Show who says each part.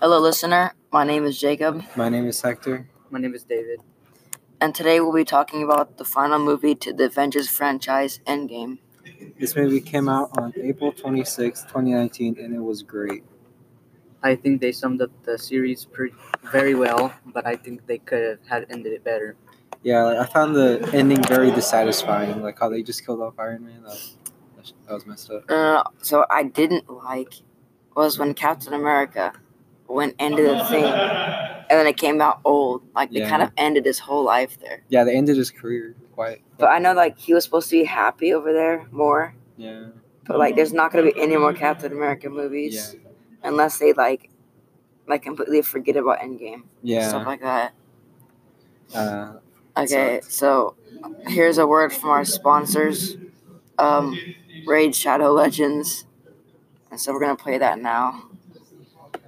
Speaker 1: Hello, listener. My name is Jacob,
Speaker 2: My name is Hector.
Speaker 3: My name is David.
Speaker 1: and today we'll be talking about the final movie to the Avengers franchise, Endgame.
Speaker 2: This movie came out on April 26, 2019, and it was great.
Speaker 3: I think they summed up the series pretty, very well, but I think they could have had ended it better.
Speaker 2: Yeah, like, I found the ending very dissatisfying, like how they just killed off Iron Man. That was, that sh- that was messed up.
Speaker 1: Uh, so I didn't like was when Captain America went into the thing, and then it came out old. Like they kind
Speaker 2: Yeah.
Speaker 1: of ended his whole life there.
Speaker 2: Yeah, they ended his career quite.
Speaker 1: But I know like he was supposed to be happy over there more.
Speaker 2: Yeah,
Speaker 1: But like, there's not gonna be any more Captain America movies
Speaker 2: Yeah.
Speaker 1: unless they like, like completely forget about Endgame,
Speaker 2: yeah.
Speaker 1: stuff like that.
Speaker 2: Uh,
Speaker 1: Okay, so here's a word from our sponsors, um, Raid Shadow Legends. And so we're gonna play that now.